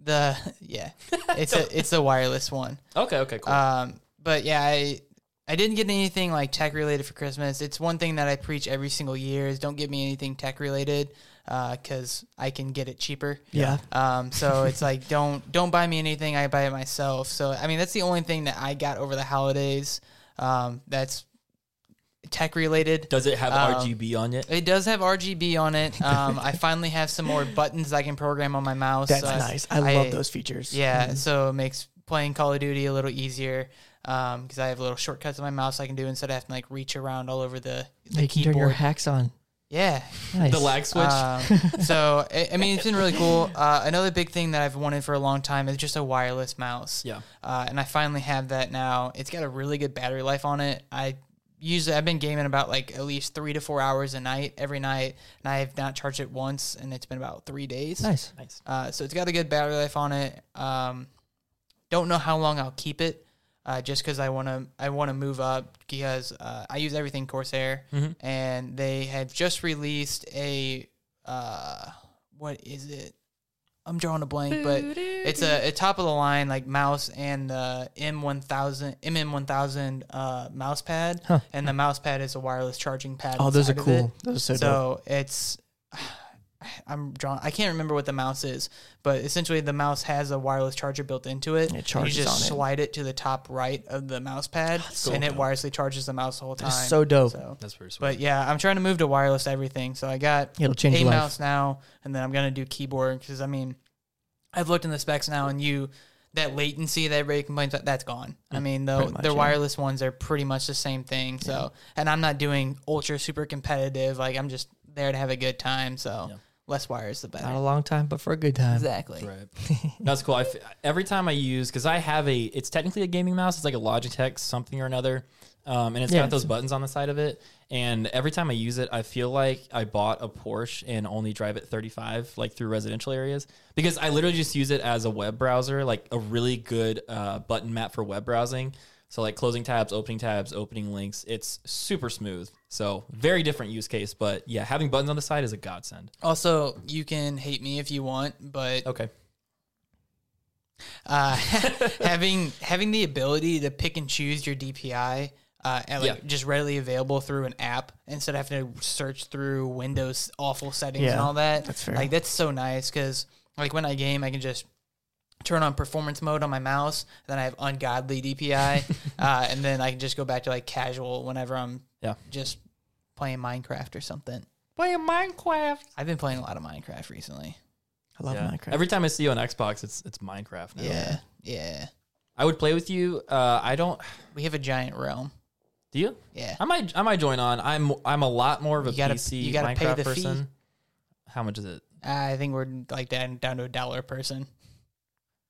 [SPEAKER 3] the yeah, it's a it's a wireless one.
[SPEAKER 1] Okay, okay, cool.
[SPEAKER 3] Um, but yeah, I I didn't get anything like tech related for Christmas. It's one thing that I preach every single year is don't get me anything tech related because I can get it cheaper.
[SPEAKER 2] Yeah.
[SPEAKER 3] Um, so it's like don't don't buy me anything. I buy it myself. So I mean that's the only thing that I got over the holidays. Um, that's tech related.
[SPEAKER 1] Does it have
[SPEAKER 3] um,
[SPEAKER 1] RGB on it?
[SPEAKER 3] It does have RGB on it. Um, I finally have some more buttons I can program on my mouse.
[SPEAKER 2] That's
[SPEAKER 3] So I-
[SPEAKER 2] nice. I, love those features.
[SPEAKER 3] yeah, so it makes playing Call of Duty a little easier because I have little shortcuts on my mouse I can do instead of having to like reach around all over the, the
[SPEAKER 2] They can turn your
[SPEAKER 3] keyboard.
[SPEAKER 2] hacks on.
[SPEAKER 3] yeah.
[SPEAKER 2] Nice.
[SPEAKER 1] The lag switch.
[SPEAKER 3] Um, so I, I mean, it's been really cool. Uh, another big thing that I've wanted for a long time is just a wireless mouse.
[SPEAKER 1] yeah.
[SPEAKER 3] Uh, and I finally have that now. It's got a really good battery life on it. I usually I've been gaming about like at least three to four hours a night every night, and I have not charged it once, and it's been about three days.
[SPEAKER 2] Nice.
[SPEAKER 1] Nice.
[SPEAKER 3] Uh, so it's got a good battery life on it. Um, don't know how long I'll keep it, uh, just because I want to I want to move up because uh, I use everything Corsair,
[SPEAKER 1] Mm-hmm.
[SPEAKER 3] and they have just released a uh, what is it? I'm drawing a blank, but it's a, a top of the line like mouse and the M1000 MM1000 uh, mouse pad, and the mouse pad is a wireless charging pad.
[SPEAKER 2] Oh, those are
[SPEAKER 3] inside of it.
[SPEAKER 2] cool. Those are so, dope.
[SPEAKER 3] So it's I'm drawn. I can't remember what the mouse is, but essentially the mouse has a wireless charger built into it.
[SPEAKER 2] And it
[SPEAKER 3] and
[SPEAKER 2] charges
[SPEAKER 3] you just
[SPEAKER 2] on it.
[SPEAKER 3] slide it to the top right of the mouse pad,
[SPEAKER 1] so
[SPEAKER 3] and it
[SPEAKER 1] dope.
[SPEAKER 3] wirelessly charges the mouse the whole time.
[SPEAKER 2] That is so dope.
[SPEAKER 3] So-
[SPEAKER 1] That's pretty sweet.
[SPEAKER 3] but yeah, I'm trying to move to wireless everything. So I got
[SPEAKER 2] It'll change
[SPEAKER 3] a
[SPEAKER 2] your life.
[SPEAKER 3] mouse now, and then I'm gonna do keyboard because I mean, I've looked in the specs now, and you that latency that everybody complains about that's gone. I mean, the
[SPEAKER 2] pretty much,
[SPEAKER 3] the
[SPEAKER 2] yeah.
[SPEAKER 3] wireless ones are pretty much the same thing. So, and I'm not doing ultra super competitive. Like I'm just there to have a good time. So
[SPEAKER 1] Yeah.
[SPEAKER 3] less wires the better.
[SPEAKER 2] Not a long time, but for a good time.
[SPEAKER 3] Exactly.
[SPEAKER 1] Right. That's cool. I f- every time I use because I have a, it's technically a gaming mouse. It's like a Logitech something or another, um, and it's
[SPEAKER 2] Yeah.
[SPEAKER 1] got those buttons on the side of it. And every time I use it, I feel like I bought a Porsche and only drive it 35, like through residential areas, because I literally just use it as a web browser, like a really good uh, button map for web browsing. So like closing tabs, opening tabs, opening links. It's super smooth. So very different use case, but yeah, having buttons on the side is a godsend.
[SPEAKER 3] Also, you can hate me if you want, but
[SPEAKER 1] Okay.
[SPEAKER 3] uh, having having the ability to pick and choose your DPI uh, and like
[SPEAKER 1] Yeah.
[SPEAKER 3] just readily available through an app instead of having to search through Windows awful settings and
[SPEAKER 2] Yeah,
[SPEAKER 3] all that.
[SPEAKER 2] that's fair.
[SPEAKER 3] Like that's so nice because like when I game, I can just turn on performance mode on my mouse. Then I have ungodly DPI, uh, and then I can just go back to like casual whenever I'm
[SPEAKER 1] Yeah.
[SPEAKER 3] just playing Minecraft or something.
[SPEAKER 1] Playing Minecraft.
[SPEAKER 3] I've been playing a lot of Minecraft recently.
[SPEAKER 2] I love
[SPEAKER 1] Yeah.
[SPEAKER 2] Minecraft.
[SPEAKER 1] Every time I see you on Xbox, it's it's Minecraft. Now.
[SPEAKER 3] Yeah, yeah.
[SPEAKER 1] I would play with you. Uh, I don't.
[SPEAKER 3] We have a giant realm.
[SPEAKER 1] Do you?
[SPEAKER 3] Yeah.
[SPEAKER 1] I might. I might join on. I'm. I'm a lot more of a
[SPEAKER 3] You gotta-
[SPEAKER 1] PC
[SPEAKER 3] you gotta
[SPEAKER 1] Minecraft
[SPEAKER 3] pay the fee.
[SPEAKER 1] person. How much is it?
[SPEAKER 3] I think we're like down down to a dollar a person.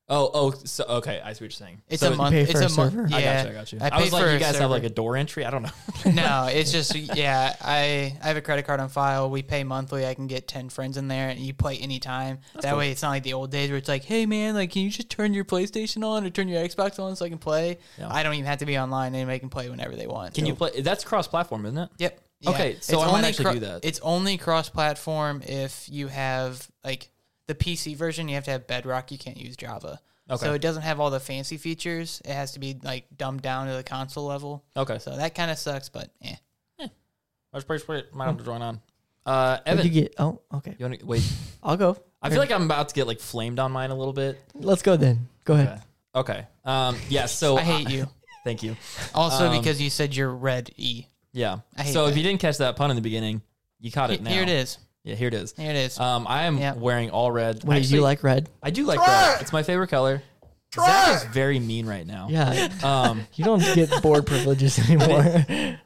[SPEAKER 1] Oh, oh. So okay, I see what you're saying.
[SPEAKER 3] It's
[SPEAKER 1] So
[SPEAKER 3] a month.
[SPEAKER 2] pay
[SPEAKER 3] It's
[SPEAKER 2] for
[SPEAKER 3] a
[SPEAKER 2] a
[SPEAKER 3] month.
[SPEAKER 2] server?
[SPEAKER 3] Yeah,
[SPEAKER 1] I got you. I got you. I,
[SPEAKER 3] pay
[SPEAKER 1] was
[SPEAKER 3] for
[SPEAKER 1] like,
[SPEAKER 3] a
[SPEAKER 1] you guys have like a
[SPEAKER 3] server.
[SPEAKER 1] door entry. I don't know.
[SPEAKER 3] no, it's just yeah. I I have a credit card on file. We pay monthly. I can get ten friends in there, and you play anytime. that way, it's not like the old days where it's like, hey man, like can you just turn your PlayStation on or turn your Xbox on so I can play?
[SPEAKER 1] Yeah.
[SPEAKER 3] I don't even have to be online. Anybody can play whenever they want.
[SPEAKER 1] Can you play? That's cross-platform, isn't it?
[SPEAKER 3] Yep.
[SPEAKER 1] Okay, so I might actually do that.
[SPEAKER 3] It's only cross-platform if you have like the PC version. You have to have Bedrock. You can't use Java.
[SPEAKER 1] Okay.
[SPEAKER 3] So it doesn't have all the fancy features. It has to be like dumbed down to the console level.
[SPEAKER 1] Okay, so
[SPEAKER 3] So that kind of sucks, but eh.
[SPEAKER 1] I was pretty sure it might have to join on. Uh,
[SPEAKER 2] What'd
[SPEAKER 1] Evan, you,
[SPEAKER 2] you get? Oh, okay.
[SPEAKER 1] want to wait?
[SPEAKER 2] I'll go.
[SPEAKER 1] I feel like I'm about to get like flamed on mine a little bit.
[SPEAKER 2] Let's go then. Go ahead.
[SPEAKER 1] Okay. Okay. Um. Yeah. So
[SPEAKER 3] I hate you.
[SPEAKER 1] Thank you.
[SPEAKER 3] Also
[SPEAKER 1] Um,
[SPEAKER 3] because you said you're red E.
[SPEAKER 1] Yeah.
[SPEAKER 3] I hate
[SPEAKER 1] so if
[SPEAKER 3] that.
[SPEAKER 1] you didn't catch that pun in the beginning, you caught it now.
[SPEAKER 3] Here it is.
[SPEAKER 1] Yeah, here it is.
[SPEAKER 3] Here it is.
[SPEAKER 1] Um, I am
[SPEAKER 3] Yeah.
[SPEAKER 1] wearing all red.
[SPEAKER 2] Wait,
[SPEAKER 1] Actually,
[SPEAKER 2] you like red?
[SPEAKER 1] I do like red. It's my favorite color. Zach is very mean right now.
[SPEAKER 2] Yeah.
[SPEAKER 1] Um,
[SPEAKER 2] you don't get board privileges anymore.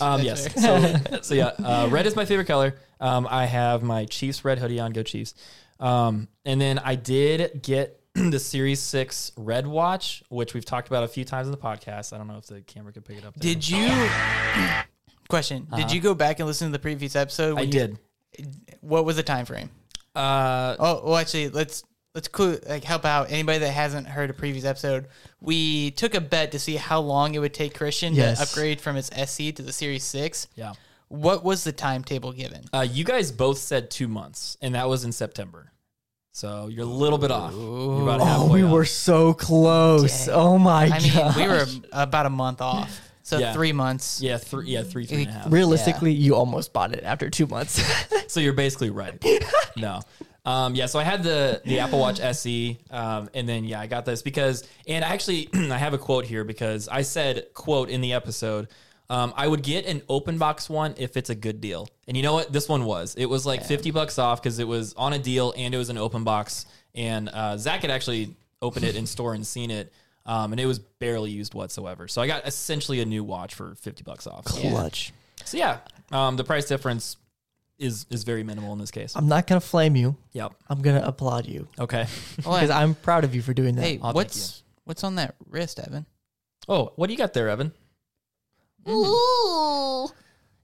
[SPEAKER 1] um, yes. So, so yeah, uh, red is my favorite color. Um, I have my Chiefs red hoodie on. Go Chiefs. Um, and then I did get the Series Six Red Watch, which we've talked about a few times in the podcast. I don't know if the camera could pick it up. There.
[SPEAKER 3] Did you? Question: Did you go back and listen to the previous episode?
[SPEAKER 1] Uh-huh. I
[SPEAKER 3] when you-
[SPEAKER 1] did?
[SPEAKER 3] What was the time frame?
[SPEAKER 1] Uh,
[SPEAKER 3] Oh, well, actually, let's let's clue, like help out anybody that hasn't heard a previous episode. We took a bet to see how long it would take Christian
[SPEAKER 2] Yes.
[SPEAKER 3] to upgrade from his SC to the Series Six.
[SPEAKER 1] yeah.
[SPEAKER 3] What was the timetable given?
[SPEAKER 1] Uh, you guys both said two months, and that was in September. So you're a little bit off. You're about
[SPEAKER 2] Oh,
[SPEAKER 1] halfway
[SPEAKER 2] we
[SPEAKER 1] off.
[SPEAKER 2] were so close.
[SPEAKER 3] Dang.
[SPEAKER 2] Oh my
[SPEAKER 3] I mean,
[SPEAKER 2] god.
[SPEAKER 3] we were about a month off, so
[SPEAKER 1] Yeah.
[SPEAKER 3] three months.
[SPEAKER 1] Yeah, three. Yeah, three, three and a half.
[SPEAKER 2] Realistically, you almost bought it after two months.
[SPEAKER 1] So you're basically right. no. Um, yeah, so I had the the Apple Watch SE, um, and then yeah, I got this because, and actually, I have a quote here because I said quote in the episode, um, I would get an open box one if it's a good deal, and you know what, this one was. It was like fifty bucks off because it was on a deal and it was an open box, and uh, Zach had actually opened it in store and seen it, um, and it was barely used whatsoever. So I got essentially a new watch for fifty bucks off.
[SPEAKER 2] Clutch.
[SPEAKER 1] So yeah, um, the price difference is is very minimal in this case.
[SPEAKER 2] I'm not gonna flame you.
[SPEAKER 1] Yep.
[SPEAKER 2] I'm gonna applaud you
[SPEAKER 1] Okay.
[SPEAKER 3] Well,
[SPEAKER 2] because I'm proud of you for doing that.
[SPEAKER 3] hey,
[SPEAKER 1] I'll take
[SPEAKER 3] what's what's on that wrist, Evan?
[SPEAKER 1] Oh, what do you got there, Evan?
[SPEAKER 3] Ooh,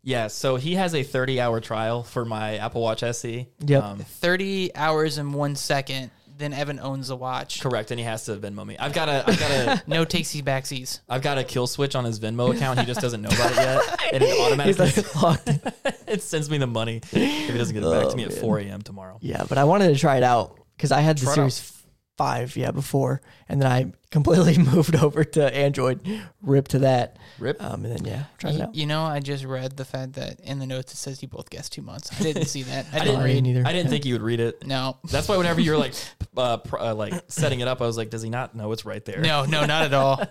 [SPEAKER 1] Yeah. So he has a 30 hour trial for my Apple Watch E. Um, SE.
[SPEAKER 2] Yep.
[SPEAKER 3] thirty hours and one second. Then Evan owns the watch.
[SPEAKER 1] correct, and he has to Venmo me. I've got a I've got a
[SPEAKER 3] No takesies backsies.
[SPEAKER 1] I've got a kill switch on his Venmo account. He just doesn't know about it yet, and it
[SPEAKER 2] He's
[SPEAKER 1] automatically
[SPEAKER 2] like, locked in.
[SPEAKER 1] it sends me the money if he doesn't get it back to me at 4 a.m. tomorrow.
[SPEAKER 2] yeah, but I wanted to try it out because I had the
[SPEAKER 1] Try it
[SPEAKER 2] Series Five, yeah, before, and then I completely moved over to Android, ripped to that,
[SPEAKER 1] Rip.
[SPEAKER 2] um, and then yeah, tried it out.
[SPEAKER 3] You know, I just read the fact that in the notes it says you both guessed two months. I didn't see that. I, didn't
[SPEAKER 2] didn't
[SPEAKER 3] read.
[SPEAKER 2] either.
[SPEAKER 1] I didn't think he would read it.
[SPEAKER 3] No,
[SPEAKER 1] That's why whenever you were like uh, pr- uh, like setting it up, I was like, does he not know it's right there?
[SPEAKER 3] no, no, not at all.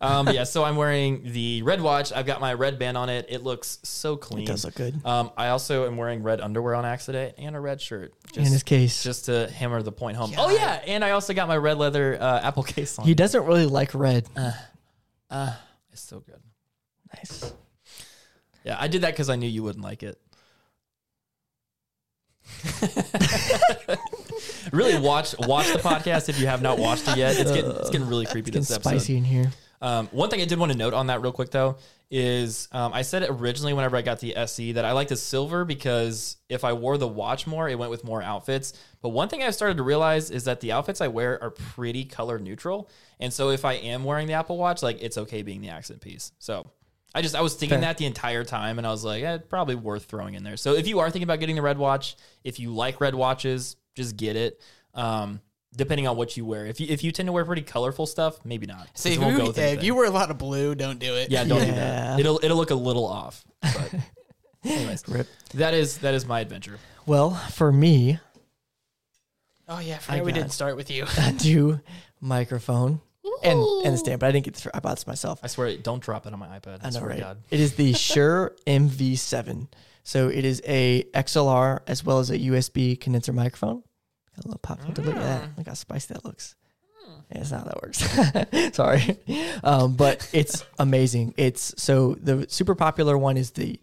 [SPEAKER 1] Um, yeah, so I'm wearing the red watch. I've got my red band on it. It looks so clean.
[SPEAKER 2] It does look good.
[SPEAKER 1] Um, I also am wearing red underwear on accident and a red shirt. Just,
[SPEAKER 2] in his case,
[SPEAKER 1] just to hammer the point home. Oh yeah, and I also got my red leather uh, Apple case on.
[SPEAKER 2] he doesn't really like red.
[SPEAKER 1] Uh, it's so good.
[SPEAKER 2] nice.
[SPEAKER 1] Yeah, I did that because I knew you wouldn't like it. really watch watch the podcast if you have not watched it yet. It's getting it's getting really creepy
[SPEAKER 2] It's
[SPEAKER 1] this episode.
[SPEAKER 2] spicy in here.
[SPEAKER 1] Um, one thing I did want to note on that real quick though is um, I said it originally whenever I got the SE that I liked the silver because if I wore the watch more, it went with more outfits. But one thing I've started to realize is that the outfits I wear are pretty color neutral, and so if I am wearing the Apple Watch, like it's okay being the accent piece. So. I just I was thinking
[SPEAKER 2] Fair.
[SPEAKER 1] that the entire time, and I was like, eh, probably worth throwing in there. So if you are thinking about getting the red watch, if you like red watches, just get it. Um, depending on what you wear, if you if you tend to wear pretty colorful stuff, maybe not.
[SPEAKER 3] See,
[SPEAKER 1] It
[SPEAKER 3] if
[SPEAKER 1] won't go
[SPEAKER 3] you,
[SPEAKER 1] with
[SPEAKER 3] yeah, if
[SPEAKER 1] anything.
[SPEAKER 3] you wear a lot of blue, don't do it.
[SPEAKER 1] Yeah, don't do
[SPEAKER 2] Yeah.
[SPEAKER 1] that. It'll it'll look a little off. But anyways,
[SPEAKER 2] Rip.
[SPEAKER 1] that is that is my adventure.
[SPEAKER 2] Well, for me,
[SPEAKER 3] Oh yeah, I forgot we
[SPEAKER 2] got-
[SPEAKER 3] didn't start with you.
[SPEAKER 2] do microphone and and the stand, but I didn't get this. For, I bought this myself.
[SPEAKER 1] I swear, don't drop it on my iPad. I,
[SPEAKER 2] I know,
[SPEAKER 1] swear to
[SPEAKER 2] right?
[SPEAKER 1] God.
[SPEAKER 2] It is the Shure MV7. So it is a XLR as well as a USB condenser microphone. Got a little pop filter. Look at that. Look how spicy that looks. Yeah, that's not how that works. Sorry, um, but it's amazing. It's so the super popular one is the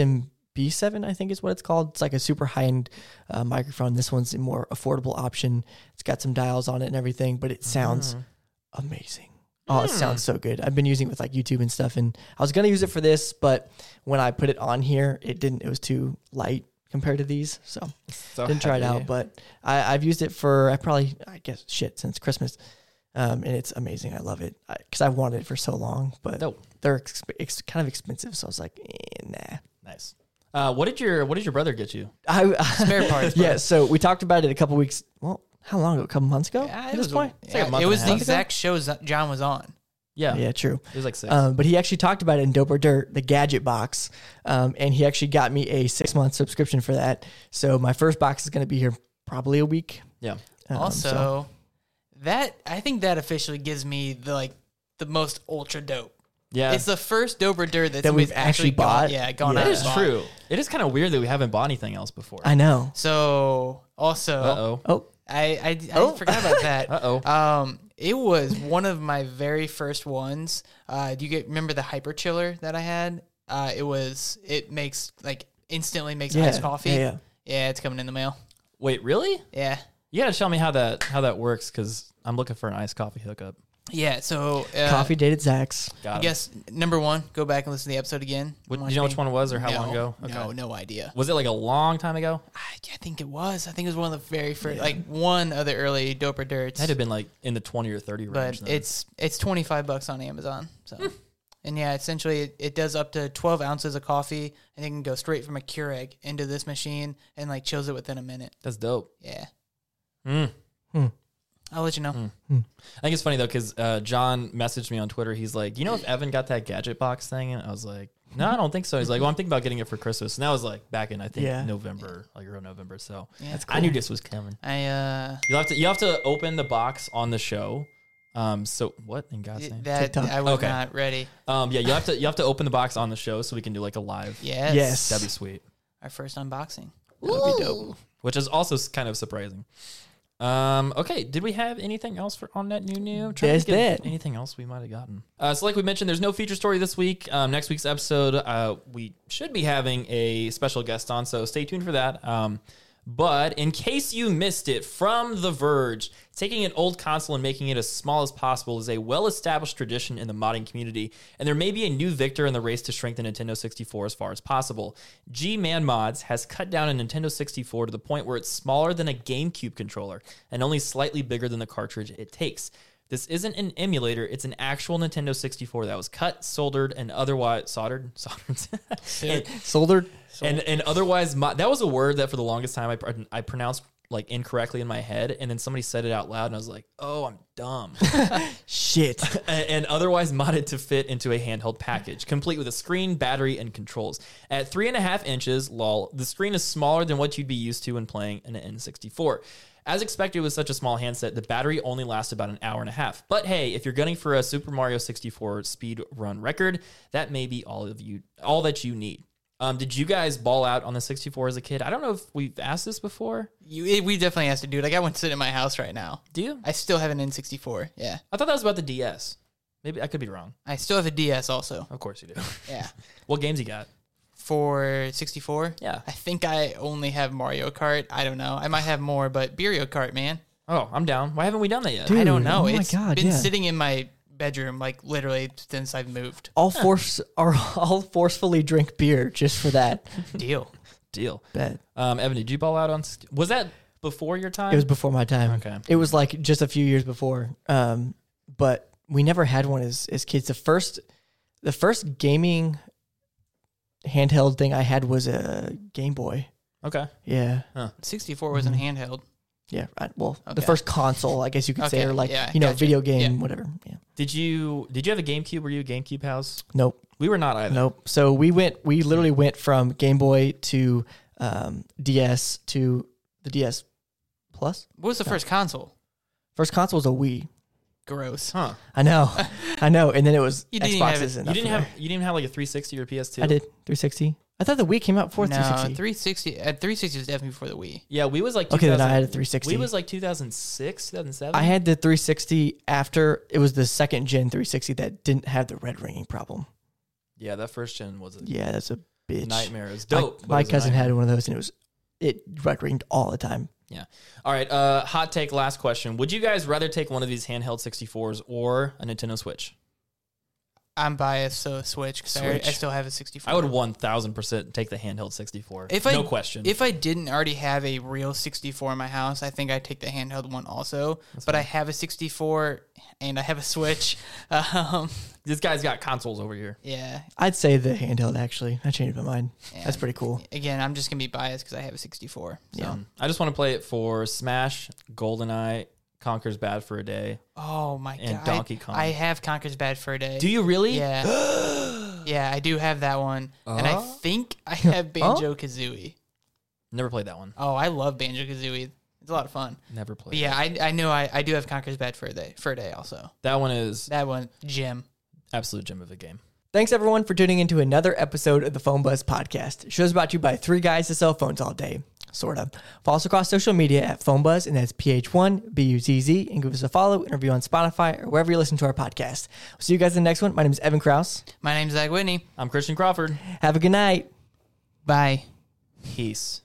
[SPEAKER 2] SMB7, I think is what it's called. It's like a super high end uh, microphone. This one's a more affordable option. It's got some dials on it and everything, but it
[SPEAKER 1] Mm.
[SPEAKER 2] sounds
[SPEAKER 1] Mm-hmm.
[SPEAKER 2] amazing. Oh, it sounds so good. I've been using it with like YouTube and stuff, and I was gonna use it for this, but when I put it on here, it didn't. It was too light compared to these, so
[SPEAKER 1] So
[SPEAKER 2] didn't try it
[SPEAKER 1] happy.
[SPEAKER 2] out. But I, I've used it for I probably I guess shit since Christmas, um, and it's amazing. I love it because I've wanted it for so long, but
[SPEAKER 1] Dope.
[SPEAKER 2] they're exp- ex- kind of expensive, so I was like, eh, nah.
[SPEAKER 1] nice. Uh, what did your What did your brother get you?
[SPEAKER 2] I,
[SPEAKER 3] Spare parts. bro.
[SPEAKER 2] yeah, so we talked about it a couple weeks. Well, how long ago? A couple months ago.
[SPEAKER 3] Yeah,
[SPEAKER 2] at
[SPEAKER 3] it
[SPEAKER 2] this
[SPEAKER 3] was,
[SPEAKER 2] point?
[SPEAKER 3] yeah,
[SPEAKER 1] like a month
[SPEAKER 3] it
[SPEAKER 1] and
[SPEAKER 3] was
[SPEAKER 1] a
[SPEAKER 3] the
[SPEAKER 1] half ago.
[SPEAKER 3] exact shows that John was on.
[SPEAKER 1] Yeah,
[SPEAKER 2] yeah, true.
[SPEAKER 1] it was like six.
[SPEAKER 2] Um, but he actually talked about it in Dope or Dirt, the gadget box, um, and he actually got me a six month subscription for that. So my first box is going to be here probably a week.
[SPEAKER 1] yeah,
[SPEAKER 2] Um,
[SPEAKER 3] also,
[SPEAKER 2] so-
[SPEAKER 3] that I think that officially gives me the like the most ultra dope.
[SPEAKER 1] yeah.
[SPEAKER 3] It's the first dope or dirt that's
[SPEAKER 2] That we've
[SPEAKER 3] we've
[SPEAKER 2] actually
[SPEAKER 3] actually,
[SPEAKER 2] bought?
[SPEAKER 3] Gone, yeah, gone
[SPEAKER 2] Yeah.
[SPEAKER 3] out
[SPEAKER 1] that
[SPEAKER 3] and
[SPEAKER 1] is
[SPEAKER 3] bought.
[SPEAKER 1] true. It is kind of weird that we haven't bought anything else before.
[SPEAKER 2] I know.
[SPEAKER 3] So also,
[SPEAKER 1] Uh oh.
[SPEAKER 2] Oh,
[SPEAKER 3] I I, I forgot about that.
[SPEAKER 1] Uh-oh.
[SPEAKER 3] Um, it was one of my very first ones. Uh, do you get remember the hyper chiller that I had? Uh, it was it makes like instantly makes
[SPEAKER 2] Yeah,
[SPEAKER 3] iced coffee.
[SPEAKER 2] yeah, yeah.
[SPEAKER 3] it's coming in the mail.
[SPEAKER 1] Wait, really?
[SPEAKER 3] Yeah,
[SPEAKER 1] You gotta tell me how that how that works because I'm looking for an iced coffee hookup.
[SPEAKER 3] Yeah. So uh,
[SPEAKER 2] Coffee dated Zach's.
[SPEAKER 1] Got
[SPEAKER 3] I
[SPEAKER 1] it.
[SPEAKER 3] guess number one, go back and listen to the episode again.
[SPEAKER 1] What,
[SPEAKER 3] Watch
[SPEAKER 1] do you know
[SPEAKER 3] me.
[SPEAKER 1] which one it was or how
[SPEAKER 3] no,
[SPEAKER 1] long ago?
[SPEAKER 3] No, no idea.
[SPEAKER 1] Was it like a long time ago?
[SPEAKER 3] I, I think it was. I think it was one of the very first, like one of the early Doper Dirts.
[SPEAKER 1] That'd have been like in the 20 or 30 range.
[SPEAKER 3] but
[SPEAKER 1] then.
[SPEAKER 3] it's it's twenty five bucks on Amazon. So,
[SPEAKER 2] Hmm.
[SPEAKER 3] and yeah, essentially it, it does up to twelve ounces of coffee, and it can go straight from a Keurig into this machine and like chills it within a minute.
[SPEAKER 1] That's dope.
[SPEAKER 3] Yeah,
[SPEAKER 1] Mm.
[SPEAKER 3] I'll let you know.
[SPEAKER 1] Hmm. I think it's funny though because uh, John messaged me on Twitter. He's like, "You know if Evan got that gadget box thing?" And I was like, "No, I don't think so." He's like, "Well, I'm thinking about getting it for Christmas." And that was like back in I think
[SPEAKER 2] Yeah.
[SPEAKER 1] November, like around November. So
[SPEAKER 3] Yeah.
[SPEAKER 1] I knew this was coming.
[SPEAKER 3] I uh,
[SPEAKER 1] You have to you have to open the box on the show. Um, so what in God's name?
[SPEAKER 3] that
[SPEAKER 2] TikTok.
[SPEAKER 3] I was
[SPEAKER 1] Okay.
[SPEAKER 3] not ready.
[SPEAKER 1] Um, yeah, you have to you have to open the box on the show so we can do like a live.
[SPEAKER 3] Yes,
[SPEAKER 2] Yes.
[SPEAKER 1] That'd be sweet.
[SPEAKER 3] our first unboxing.
[SPEAKER 2] That'd be dope.
[SPEAKER 1] Which is also s- kind of surprising. Um, okay, did we have anything else for on that new new? I'm trying
[SPEAKER 2] There's
[SPEAKER 1] to think of
[SPEAKER 2] that.
[SPEAKER 1] Anything else we might have gotten? Uh, so, like we mentioned, there's no feature story this week. Um, next week's episode, uh, we should be having a special guest on, so stay tuned for that. Um, but in case you missed it, from The Verge, taking an old console and making it as small as possible is a well established tradition in the modding community, and there may be a new victor in the race to shrink the Nintendo 64 as far as possible. G Man Mods has cut down a Nintendo 64 to the point where it's smaller than a GameCube controller and only slightly bigger than the cartridge it takes. This isn't an emulator; it's an actual Nintendo 64 that was cut, soldered, and otherwise soldered, soldered, and,
[SPEAKER 2] Soldered.
[SPEAKER 1] and and otherwise mo- that was a word that for the longest time I pr- I pronounced like incorrectly in my head, and then somebody said it out loud, and I was like, "Oh, I'm dumb."
[SPEAKER 2] Shit.
[SPEAKER 1] and, and otherwise modded to fit into a handheld package, complete with a screen, battery, and controls. At three and a half inches, lol, the screen is smaller than what you'd be used to when playing an N64. As expected with such a small handset, the battery only lasts about an hour and a half. But hey, if you're gunning for a Super Mario 64 speed run record, that may be all of you all that you need. Um, did you guys ball out on the 64 as a kid? I don't know if we've asked this before.
[SPEAKER 3] You, it, we definitely have to do it. I got one sitting in my house right now.
[SPEAKER 1] Do you?
[SPEAKER 3] I still have an N64. Yeah,
[SPEAKER 1] I thought that was about the DS. Maybe I could be wrong.
[SPEAKER 3] I still have a DS also.
[SPEAKER 1] Of course you do.
[SPEAKER 3] Yeah,
[SPEAKER 1] what games you got?
[SPEAKER 3] for 64.
[SPEAKER 1] Yeah.
[SPEAKER 3] I think I only have Mario Kart. I don't know. I might have more, but Mario Kart, man.
[SPEAKER 1] Oh, I'm down. Why haven't we done that yet?
[SPEAKER 2] Dude,
[SPEAKER 3] I don't know.
[SPEAKER 2] Oh my
[SPEAKER 3] It's
[SPEAKER 2] god.
[SPEAKER 3] been
[SPEAKER 2] yeah.
[SPEAKER 3] sitting in my bedroom like literally since I've moved.
[SPEAKER 2] all force are all forcefully drink beer just for that.
[SPEAKER 3] Deal.
[SPEAKER 1] Deal.
[SPEAKER 2] Bet.
[SPEAKER 1] Um, Evan, did you ball out on? St- was that before your time?
[SPEAKER 2] It was before my time.
[SPEAKER 1] Okay.
[SPEAKER 2] It was like just a few years before. Um, but we never had one as as kids. The first the first gaming handheld thing I had was a Game Boy.
[SPEAKER 1] okay.
[SPEAKER 2] Yeah.
[SPEAKER 3] 64 wasn't
[SPEAKER 2] Mm-hmm.
[SPEAKER 3] handheld.
[SPEAKER 2] Yeah. Right. Well, the
[SPEAKER 3] Okay.
[SPEAKER 2] first console, I guess you could say,
[SPEAKER 3] Okay,
[SPEAKER 2] or like
[SPEAKER 3] yeah,
[SPEAKER 2] you know,
[SPEAKER 3] gotcha.
[SPEAKER 2] video game,
[SPEAKER 3] Yeah.
[SPEAKER 2] whatever. Yeah.
[SPEAKER 1] Did you did you have a GameCube? Were you a GameCube house?
[SPEAKER 2] Nope.
[SPEAKER 1] We were not either.
[SPEAKER 2] Nope. So we went. We literally went from Game Boy to um, DS to the DS Plus.
[SPEAKER 3] What was the first console?
[SPEAKER 2] First console was a Wii.
[SPEAKER 3] Gross.
[SPEAKER 1] Huh?
[SPEAKER 2] I know, I know. And then it was
[SPEAKER 3] You didn't even have it.
[SPEAKER 2] Xboxes. and
[SPEAKER 1] You
[SPEAKER 2] up
[SPEAKER 1] didn't
[SPEAKER 2] from
[SPEAKER 1] have
[SPEAKER 2] there.
[SPEAKER 1] you didn't have like a 360 or a PS2.
[SPEAKER 2] I did 360. I thought the Wii came out before
[SPEAKER 3] no,
[SPEAKER 2] 360.
[SPEAKER 3] 360. Uh, 360 was definitely before the Wii.
[SPEAKER 1] Yeah, we was like
[SPEAKER 2] Okay, then
[SPEAKER 1] 2000
[SPEAKER 2] I had a 360.
[SPEAKER 1] We was like 2006, 2007.
[SPEAKER 2] I had the 360 after it was the second gen 360 that didn't have the red ringing problem.
[SPEAKER 1] yeah, that first gen was a
[SPEAKER 2] Yeah, that's a bitch.
[SPEAKER 1] nightmare. It was
[SPEAKER 2] My-
[SPEAKER 1] dope. but
[SPEAKER 2] My,
[SPEAKER 1] it was a
[SPEAKER 2] cousin
[SPEAKER 1] nightmare.
[SPEAKER 2] had one of those, and it was it red ringed all the time.
[SPEAKER 1] Yeah. All right. Uh, hot take. Last question. Would you guys rather take one of these handheld 64s or a Nintendo Switch?
[SPEAKER 3] I'm biased, so Switch, because I,
[SPEAKER 2] Switch.
[SPEAKER 3] I still have a 64.
[SPEAKER 1] I would one thousand percent take the handheld 64.
[SPEAKER 3] If I,
[SPEAKER 1] no question.
[SPEAKER 3] If I didn't already have a real 64 in my house, I think I'd take the handheld one also. but I have a 64 and I have a Switch. um,
[SPEAKER 1] this guy's got consoles over here.
[SPEAKER 3] yeah.
[SPEAKER 2] I'd say the handheld actually. I changed my mind. That's
[SPEAKER 3] Yeah.
[SPEAKER 2] pretty cool.
[SPEAKER 3] Again, I'm just gonna be biased because I have a 64. So.
[SPEAKER 2] Yeah.
[SPEAKER 1] Um, I just want to play it for Smash, GoldenEye, Conquer's Bad for a Day,
[SPEAKER 3] Oh my
[SPEAKER 1] and
[SPEAKER 3] god.
[SPEAKER 1] Donkey Kong.
[SPEAKER 3] I have Conker's Bad Fur Day.
[SPEAKER 1] Do you really?
[SPEAKER 3] Yeah. yeah, I do have that one, and I think I have Banjo Kazooie.
[SPEAKER 1] Never played that one.
[SPEAKER 3] Oh, I love Banjo Kazooie. It's a lot of fun.
[SPEAKER 1] Never played.
[SPEAKER 3] But yeah, I I know I, I do have Conker's Bad Fur Day. Fur Day also.
[SPEAKER 1] That one is
[SPEAKER 3] That one, Jim.
[SPEAKER 1] absolute gem of a game.
[SPEAKER 2] Thanks everyone for tuning into another episode of the Phone Buzz Podcast. Show's brought to you by three guys to sell phones all day, sorta. Follow us across social media at Phone Buzz, and that's PH1 BUZZ, and give us a follow, interview on Spotify, or wherever you listen to our podcast. We'll see you guys in the next one. My name is Evan Kraus.
[SPEAKER 3] My name's Zach Whitney.
[SPEAKER 1] I'm Christian Crawford.
[SPEAKER 2] Have a good night.
[SPEAKER 3] Bye.
[SPEAKER 1] Peace.